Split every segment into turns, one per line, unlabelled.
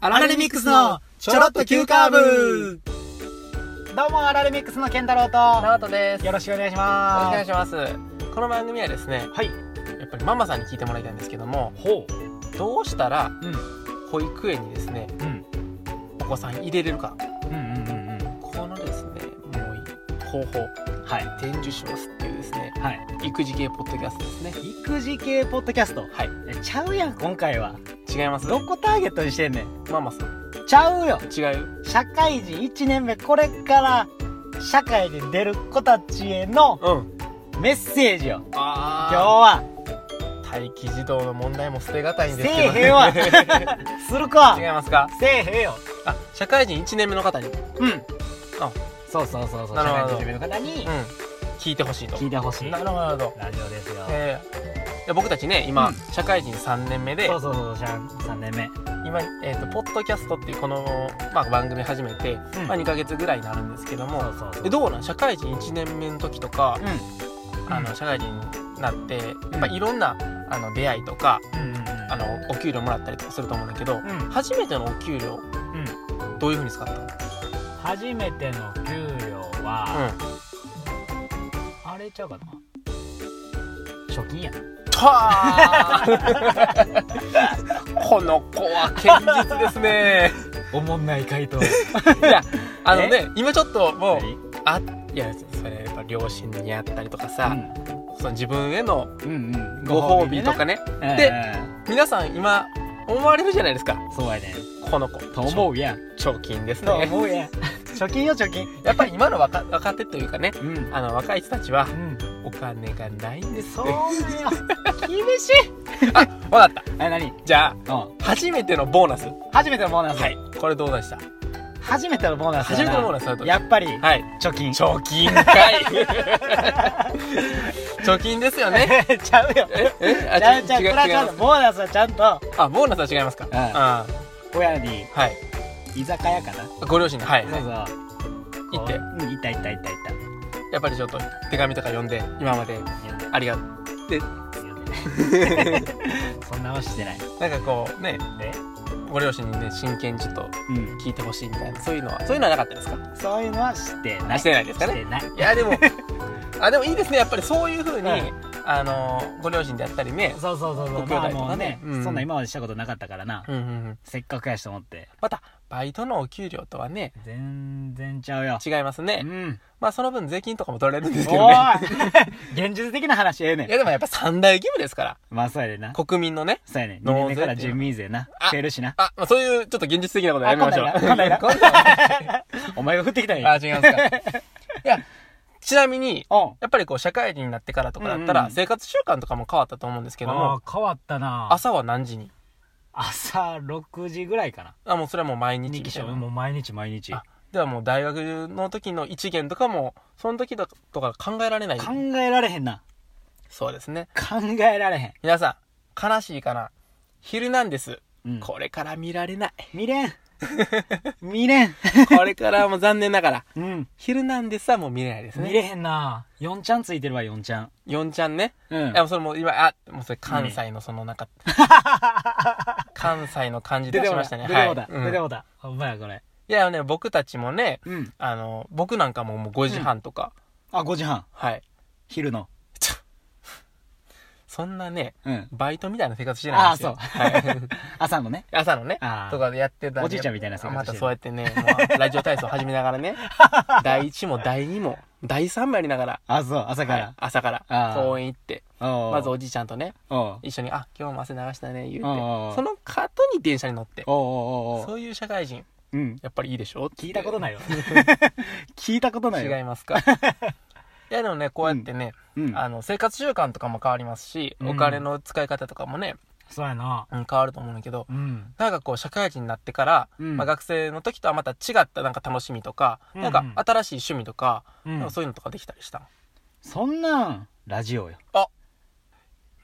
アラレミックスのちょろっと急カーブ
どうもアラレミックスの健太郎
ナ
と
オトです。
よ
よ
ろしくお願いし
ろしくお願
ま
いします。この番組はですね、
すはい
やっぱりママさんに聞いてもらいたいんですけども、
ほ
どうしたら
ううん
保育園にですね、
うん
お子さん入れれるか、
うんうんうんうん
このですね、もう方法、
はい
伝授しますっていうですね、
はい
育児系ポッドキャストですね。
育児系ポッドキャスト
はい、
えちゃうやん今回は
違います。
どこターゲットにしてんねん
ママさん、
ちゃうよ
違う。
社会人1年目これから社会に出る子たちへの
うん。
メッセージを今日
あ
は
あ、待機児童の問題も捨てがたいん
せ
ですけど、
えへんわする か
違いますか。
せえへんよ
あ、社会人1年目の方に、うん、
うん
あ
そうそうそうそう
な
社
る
会
ほど
人1年目の方に
聞いてほしいと。
聞いてほしい
なるほど。
ラジオですよ
えーいや僕たちね今、
うん
社会人3年目で
そうそうそう、3年目。
今、えー、とポッドキャストっていうこの、まあ、番組始めて、
うん
まあ、2ヶ月ぐらいになるんですけど
そ
も
うそうそう。
えどうなん社会人1年目の時とか、
うん
あの社会人になって、まあ、いろんなあの出会いとか
うんうんうん
あのお給料もらったりとかすると思うんだけど、
ん
初めてのお給料
うん
どういうふうに使ったの、
初めての給料は、あれちゃうかな貯金や
うん、この子は堅実ですね
おもんない回 答
いやあのね今ちょっともう
何
あいやそれやっぱ両親にあったりとかさ、その自分への
うんうん
ご褒美とか
ね
ね
で
で皆さん今思われるじゃないですか
そうやね
この子
と思うやん
貯貯金です
と
ね
思うやん 貯金よ貯金
やっぱり今の若若手というかね
うんうん
あの若い人たちはお金がないんです
そ
っ
う
て
なんよ厳し い
分かった
あ何
じゃ
うん
あ初めてのボーナス
初めてのボーナス
はいこれどうでした
初めてのボーナス
初めてのボーナ
ス
スだと
やっぱり
はい
貯金
貯金かい 貯金ですよ ね
ちゃうよ
ええ
ちゃうちゃうこれはちゃん
ま
とボーナスはちゃんと
すあボーナスは違いますか
ん
あ
親に
あはい
居酒屋かな
ご両親にはい、はい、
そうそう
行って
うん行った行った行った行った
やっぱりちょっと手紙とか読んで今までありがとう
そんなはしてない。
なんかこうね
ね
ご両親にね真剣にちょっと
うん。
聞いてほしいみたいなそういうのはそういうのはなかったですか
そういうのはしてない。
してないですかね
してない。
いや でもあでもいいですねやっぱりそういうふうに、
はい
あのーご両親であったりね
そうそうそうそう。
ご兄弟とかね
まあもうね、
うん
そんな今までしたことなかったからな。
うんうんうん
せっかくやしと思って。
またバイトのお給料とはね
全然ちゃう よ。
違いますね、
うん。
まあその分税金とかも取られるんですけど
おい
ね
現実的な話ええねん
い。やでもやっぱ三大義務ですから
まあそうやでな。
国民のね
そうやねん。2
納
年
税
目から住民税な
あ。
増えるしな。
あ、まあ、そういうちょっと現実的なことはやめましょう
あ今度や
今度は
お前が降ってきたん
あ
や。
違いますかいやちなみに
うん。
やっぱりこう社会人になってからとかだった
うん
ら
うん
生活習慣とかも変わったと思うんですけども、
ー、変わったな
朝は何時に
朝6時ぐらいかな。
あもうそれはもう毎日みたいな
もう毎日毎日。
あではもう大学の時の一元とかもその時だとか考えられない
考えられへんな。
そうですね
考えられへん。
皆さん悲しいかな「ヒルナンデス
うん」
これから見られない
見れ ん見れん、
これからはもう残念ながら
うん
「ヒルナンデス」はもう見れないです
見
ね
れへんな4ちゃんついてるわ4ちゃん
4ちゃんね
うん
いやもうそれもう今あもうそれ関西のそのなんか関西の感じ
出
出
て
し
も
ま
だ
したね
出てもだ
はいうん
出てもだほんまやこれ
いやね僕たちもね
うん
あの僕なんかももう5時半とか、
あ5時半
はい
昼の
そんなね
うん
バイトみたいな生活してないんですよ
あー
はい、
朝のね
朝のね
あー
とかでやってた
おじいちゃんみたいな生
生
活
ま
して
た
る
そうやってねもうラジオ体操始めながら ね第1も第2も第3もやりながら
あそう朝か
はい
ら、
朝から
あー
公園行って
おう
まずおじいちゃんとね
おう
一緒に「あ今日も汗流したね」言うて
おうおうおう
その後に電車に乗って
おうおうおうおう
そういう社会人
うん
やっぱりいいでしょ
聞いたこと
い
ないよ 聞いたことないよ
違い ますかいやでもねこうやってね、
うん
あの生活習慣とかも変わりますし、
うん
お金の使い方とかもね、
そうやな
うん、変わると思うんだけど
うん
なんかこう社会人になってから、
うん
まあ、学生の時とはまた違ったなんか楽しみとか、
うん
なんか新しい趣味とか,、
うん
なんかそういうのとかできたりした
そんなんラジオよ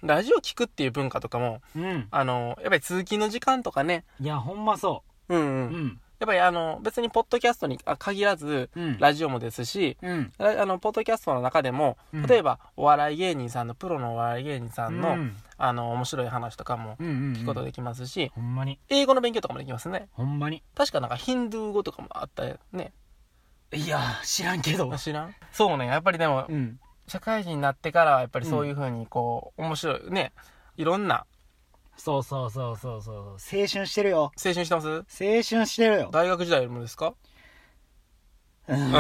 ラジオ聞くっていう文化とかも
うん
あのやっぱり通勤の時間とかね
いやほんまそ
うんう、
うんうん
やっぱりあの、別にポッドキャストに限らず、
うん
ラジオもですし、
うん。
ラあの、ポッドキャストの中でも
うん、
例えば、お笑い芸人さんの、プロのお笑い芸人さんの、
うん
あの、面白い話とかも
うんうん。
聞くことできますし、
ほんまに。
英語の勉強とかもできますね。
ほんまに。
確かなんかヒンドゥー語とかもあったよね。
いやー、知らんけど
あ。知らんそうね、やっぱりでも、
うん。
社会人になってからはやっぱりそういうふうにこう、面白いね、いろんな、
そうそうそうそうそう。青春してるよ。
青春してます
青春してるよ。
大学時代よりもですか
うん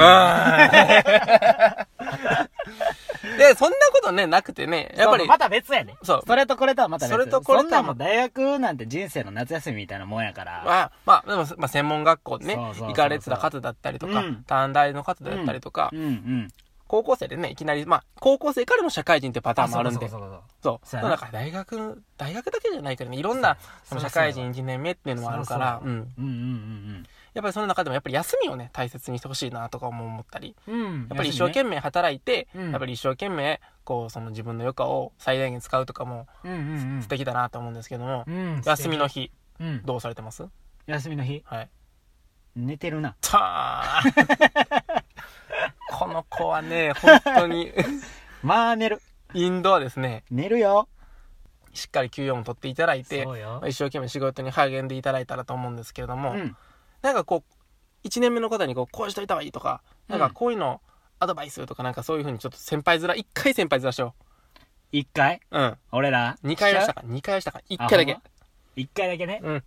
で、そんなことね、なくてね、やっぱ
そう
り、
また別やね。
そう
それとこれとはまた別。
それとこれとは
そんなんもう大学なんて人生の夏休みみたいなもんやから。
まあ、まあ、でも、まあ、専門学校でね
そうそうそうそう
行かれてた方だったりとか、
うん
短大の方だったりとか、
うんうん。
高校生でね、いきなり、まあ、高校生からも社会人ってパターンもあるんで、
そ
そう
うそうそう
そ
そう
う
やな
なんか大学、大学だけじゃないからね、いろんな、そ
そう
の
そう
社会人1年目っていうのもあるから、。
そううんそううんうん
やっぱりその中でもやっぱり休みをね、大切にしてほしいなとかも思ったり、
うんうん。うん。
やっぱり一生懸命働いて、
うん
やっぱり一生懸命、こう、その自分の余暇を最大限使うとかも
命。うんうんうん
素。敵だなと思うんですけども、
うん。
休みの日、
うん。
どうされてます
休みの日。
はい。
寝てるな。
たー この子はね、本当に、
まあ寝る。
インドはですね、
寝るよ。
しっかり休養も取っていただいて、
そうよ
まあ一生懸命仕事に励んでいただいたらと思うんですけれど
う
も、
ん。
なんかこう、1年目の方にこう、こうしといた方がいいとか、なんかこういうの、アドバイスとかなんかそういうふうにちょっと先輩面、一回先輩面しよ
一回
う。うん。
俺ら
二回出した
し
か、二回出したか、一回だ
あ
け
ほん。一回だけね。
うん。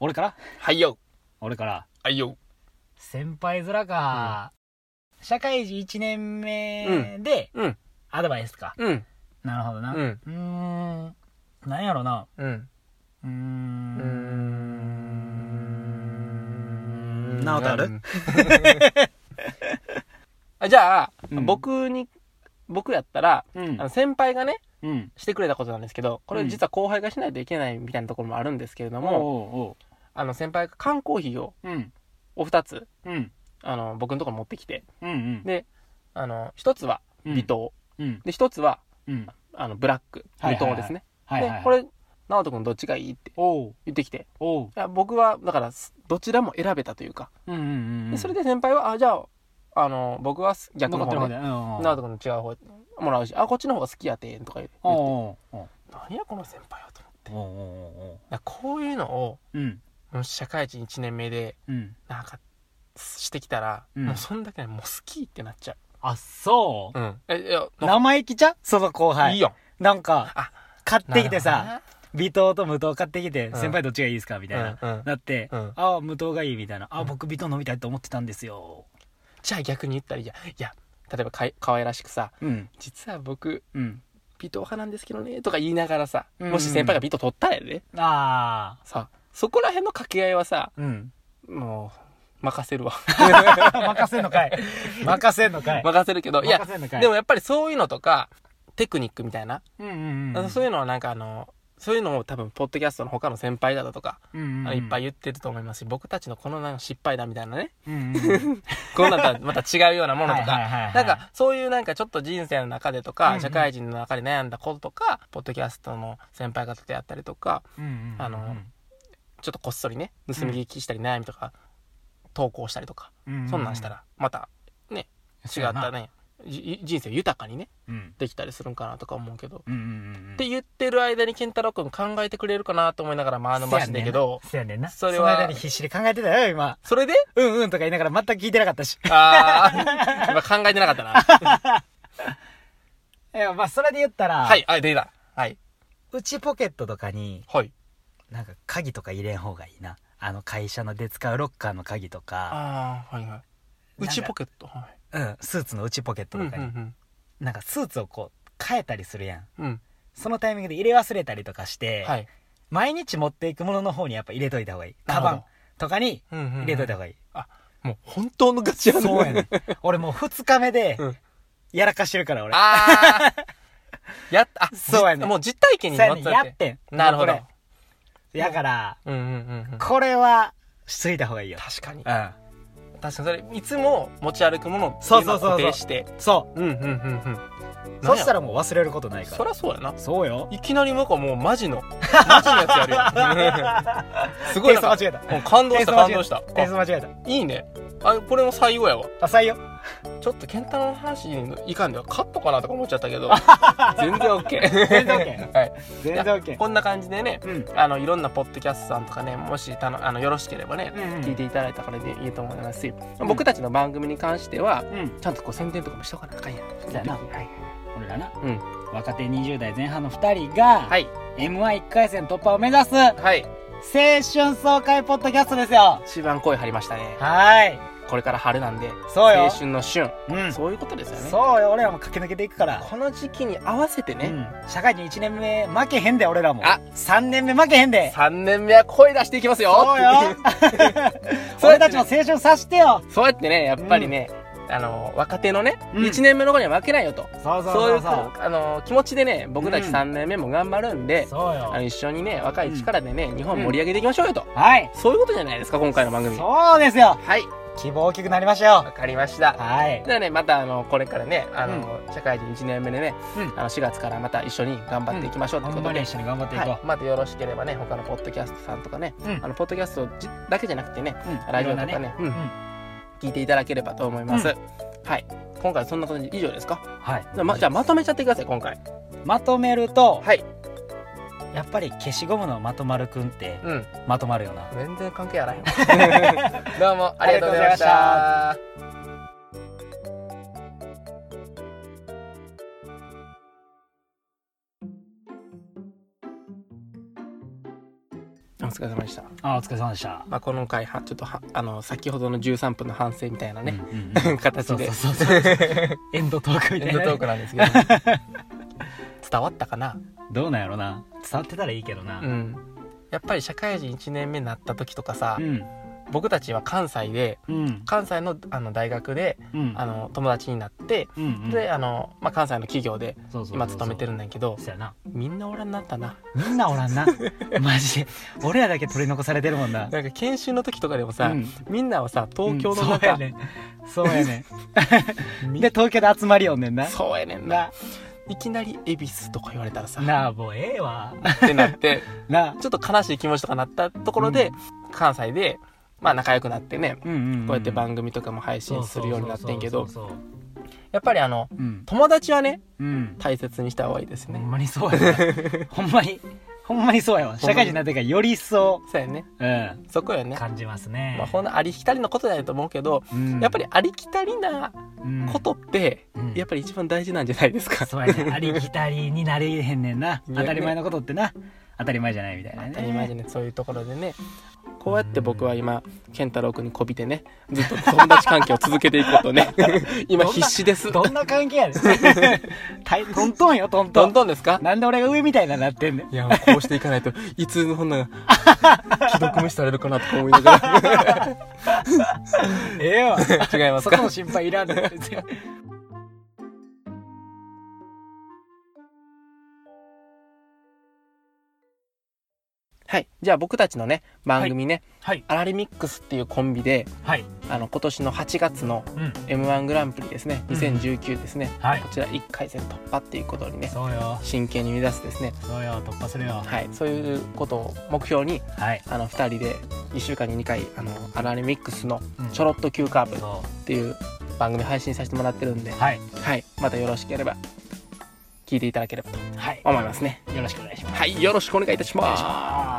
俺から
はいよ。
俺から。
はいよ。
先輩面か。社会人1年目で
うん。
アドバイスか。
うん。
なるほどな。
う。
うんーん。なんやろな。
うん。
うーん
うーん
なことある
うんあ じゃあ、
うん
僕に、僕やったら、
う
あの
ん。
先輩がね、
うん。
してくれたことなんですけど、これ実は後輩がしないといけないみたいなところもあるんですけれども、
も
あの先輩が缶コーヒーを
う、うん。
お二つ、
うん。
あの、僕のところに持ってきて、
うん。うん。
で、あの、一つは
うん
微糖、
うん。
で、一つは、
うん。
あの、ブラック、
はい
無
はい
糖
はい
ですね。
はいはいはい。
で、こ、れ、直人君どっちがいいって
おう、
言ってきて、
おう。
いや僕は、だから、すどちらも選べたというか、
うんうんう
で
ん。
それで先輩は、あ、じゃあ、あの、僕はす逆の
残って
方
る方で。
ね、
うんうん。
直人君の違う方もらうし、あ、こっちの方が好きやてんとか言って、
おうおうおう。
何やこの先輩はと思って。
おうおうおう
だからこういうのを、
おう。うん。
もし社会人1年目で、
うん。
なんか、してきたら、
うん
もうそんだけでもう好きってなっちゃ。
あ、そう
うん。え、いや、
う。生意気ちゃうその後輩。
いいよ。
なんか
あ、
買ってき
き
てさ、、微糖と無糖買ってきて、
ん
先輩どっちがいいですかみたいな。
うんうん
なって、
うん
ああ、無糖がいいみたいな。あ
う
あ、
ん
僕微糖飲みたいと思ってたんですよ。
じゃあ逆に言ったら、いや、いや、例えばかい可愛らしくさ、
うん。
実は僕、
うん。
美糖派なんですけどね、とか言いながらさ、
うん
もし先輩が美糖取ったらやで、
ああ。
さ、そこら辺の掛け合いはさ、
うん。
もう、任せるわ。
任せんのかい。任せんのか い。
任せるけど、いや
任せんの、かい
でもやっぱりそういうのとか、テクニックみたいな、
うんうんうん。
そういうのはなんかあの、そういうのを多分、ポッドキャストの他の先輩だとか、
うんうん
あ
う
の
ん。
いっぱい言ってると思いますし、僕たちのこのなんか失敗だみたいなね、
うん うんうん。
こうなったらまた違うようなものと
はいはいはい
か、
はい
なんかそういうなんかちょっと人生の中でと
うんう
か、
ん
社会人の中で悩んだこととか、ポッドキャストの先輩方とやったりとか、
うんうんうん
あのちょっとこっそりね、盗み聞きしたり悩みとか、投稿したりとか、そんなんした。ら、またね、違った。ね、じ人生豊かにね、
うんうん
できたりするんかなとか思うけど。
うんうんうん。
って言ってる間に健太郎くん考えてくれるかなと思いながら、まあ、あの
せ
マ
や
シ
ねんな
だけど、
せやねんな。
そ
そ
れ
れ
は
は。その間に必死で考えてたよ、今。
それで
うんうんとか言いながら全く聞いてなかったし。
ああ、 今考えてなかったな。
いや、 まあ、それで言ったら、
はい、あ、出た。はい。
内ポケットとかに、
はい。
なんか鍵とか入れん方がいいな。あの会社ので使うロッカーの鍵とか、
ああ、はいはい。
なんか
内ポケット。はい。
うん、スーツの内ポケットとかに、
ん
なんかスーツをこう、変えたりするやん。
うん。
そのタイミングで入れ忘れたりとかして、
はい。
毎日持っていくものの方にやっぱ入れといた方がいい。
なるほ
カ
ど
バンとかに
うんうん
入れといた方がいい。
あ、もう本当のガチやね。
そうやねん。俺もう二日目で
うん、
やらかしてるから俺。
ああ。 やった、あ、
そうやね
じもう実体験に
そう
な
や
っ
ねん
た
やってん。
なるほど
こ。れ。やから、
うんうんうんうん。
これは、しといた方がいいよ。
確かに。
うん。
確かにそれいつも持ち歩くものを
そうそうそうそう
固定して
そ
うんうんうんうん
うそした
ら
らもう忘れることないか
そ
ら
りゃそうやな
そうよ
いきなりなんかもうマジ のマジのやつやるよ すごい
テイスト
な
間違えた
もう感動した感動した
テイスト間違えた
あいいねあこれも採用やわ
あ採用
ちょっと健太郎の話にいかんではカットかなとか思っちゃったけど全然 OK
全然 OK
はい
全然 OK
こんな感じでね
うん
あのいろんなポッドキャストさんとかねもしたのあのよろしければね、
うんうん
聞いていただいたからでいいと思いますし、
うん
僕たちの番組に関しては
うん
ちゃんとこう宣伝とかもしとかなあかんやん
そうやな
はい
俺らな、
うん
若手20代前半の2人が、
はい
m 1 1回戦突破を目指す青
はい
春爽快ポッドキャストですよ
一番声張りましたね
はい
これから春なんで
そうよ
青春の旬、
うん
そういうことですよね
そうよ俺らも駆け抜けていくから
この時期に合わせて
う
ね、
ん社会人1年目負けへんで俺らも
あ
3年目負けへんで
3年目は声出していきますよ
そう よ
そうや
俺
っ
た
てね
ちも青春さしてよ
そうやってねやっぱりね、あの若手のね、
うん
1年目の子には負けないよと
そうそう
そう
そ
いうう
そう
あの気持ちでね僕たち
うん
3年目も頑張るんで、
そう
あ
よ
の一緒にね若い力でね、日本盛り上げていきましょうよと、
はい
そういうことじゃないですか今回の番組は
そうですよ
い
希望大きくなりましたよ
わかりました
はい
ではねまたあのこれからねあの、社会人1年目でね、
うん
あの4月からまた一緒に頑張っていきましょうという
ほ
こ
ん
と
ま
で、
に一緒に頑張っていこう、
はい、またよろしければね他のポッドキャストさんとかね、
うん
あのポッドキャストじだけじゃなくてね
うん
ラジオとか
いろ
ね
んな
うん
ん
聞いていただければと思います、
う
はい今回そんな感じで以上ですか
はい
じゃあ,、ま、じゃあまとめちゃってください今回
まとめると、
はい
やっぱり消しゴムのまとまるくんって
うん
まとまるよな
全然関係あらへんわ どうもありがとうございまし
あ
たお疲れ様でした、
あお疲れ様でした
まあ、この回はちょっとはあの先ほどの13分の反省みたいなね、
うんうんう ん
形で
そうそうそうそう エンドトークみた
エ
い
ンド
な
トークなんですけど 伝わったかな
どうなんやろな伝わってたらいいけどな
うんやっぱり社会人1年目になった時とかさ、
うん
僕たちは関西で
うん
関西のあの大学で
うん
あの友達になって、
うんうん
であの、まあ、関西の企業で
そうそうそうそう
今勤めてるんだけど
そうやな
みんなおらんなったな
みんなお らんなマジで俺らだけ取り残されてるもんな
なんか研修の時とかでもさ、
うん
みんなはさ東京の
うんそう
中、
やねそうやね
み
で東京で集まりよんねんな
そうやねんな
ない
きなり恵比寿とか言われたらさ
なあもうええわ
ってなって
なあ
ちょっと悲しい気持ちとかなったところで、関西でまあ仲良くなってね
うんうんん
こうやって番組とかも配信するようになってんけど
そうそうそうそう
やっぱりあの
うん
友達はね
うん
大切にした方がいいです
ほ
ね、
んまにそうや なほんまにほんまにそうやわ社会人になってからより一層
そうやね
うん
そこよね、
感じますね
まあ、ほんのありきたりのことだと思うけど、
うん
やっぱりありきたりなことって、
うん
やっぱり一番大事なんじゃないですか、
そうやねありきたりになれへんねんな
ね
当たり前のことってな当たり前じゃないみたいなね
当たり前じゃねそういうところでねこうやって僕は今健太郎君にこびてねずっと友達関係を続けていこうと ね今必死です
どんな関係や ねんたいトントンよトント
ど
ン
んどんですか
なんで俺が上みたいななってんねん
いやこうしていかないといつのんな 既読無視されるかなとか思いながら
ええわ
違います
そこ
か
の心配いらんねん別に
はいじゃあ僕たちのね番組ね、
はい
アラリミックスっていうコンビで
はい
あの今年の8月の
うん
m 1グランプリですね
うん
2019ですね、
はい
こちら1回戦突破っていうことにね
そうよ
真剣に目指すですね、
そうよ突破するよ
はい、そういうことを目標に
はい
あの2人で1週間に2回あのアラレミックスの
うん
「ちょろっと急カーブ」っ
そ
ていう番組配信させてもらってるんで、
うはい
はい、またよろしければ聞いていただければと
はい
思いますね
よろしくお願いします
はいよろしくお願いいたします
あ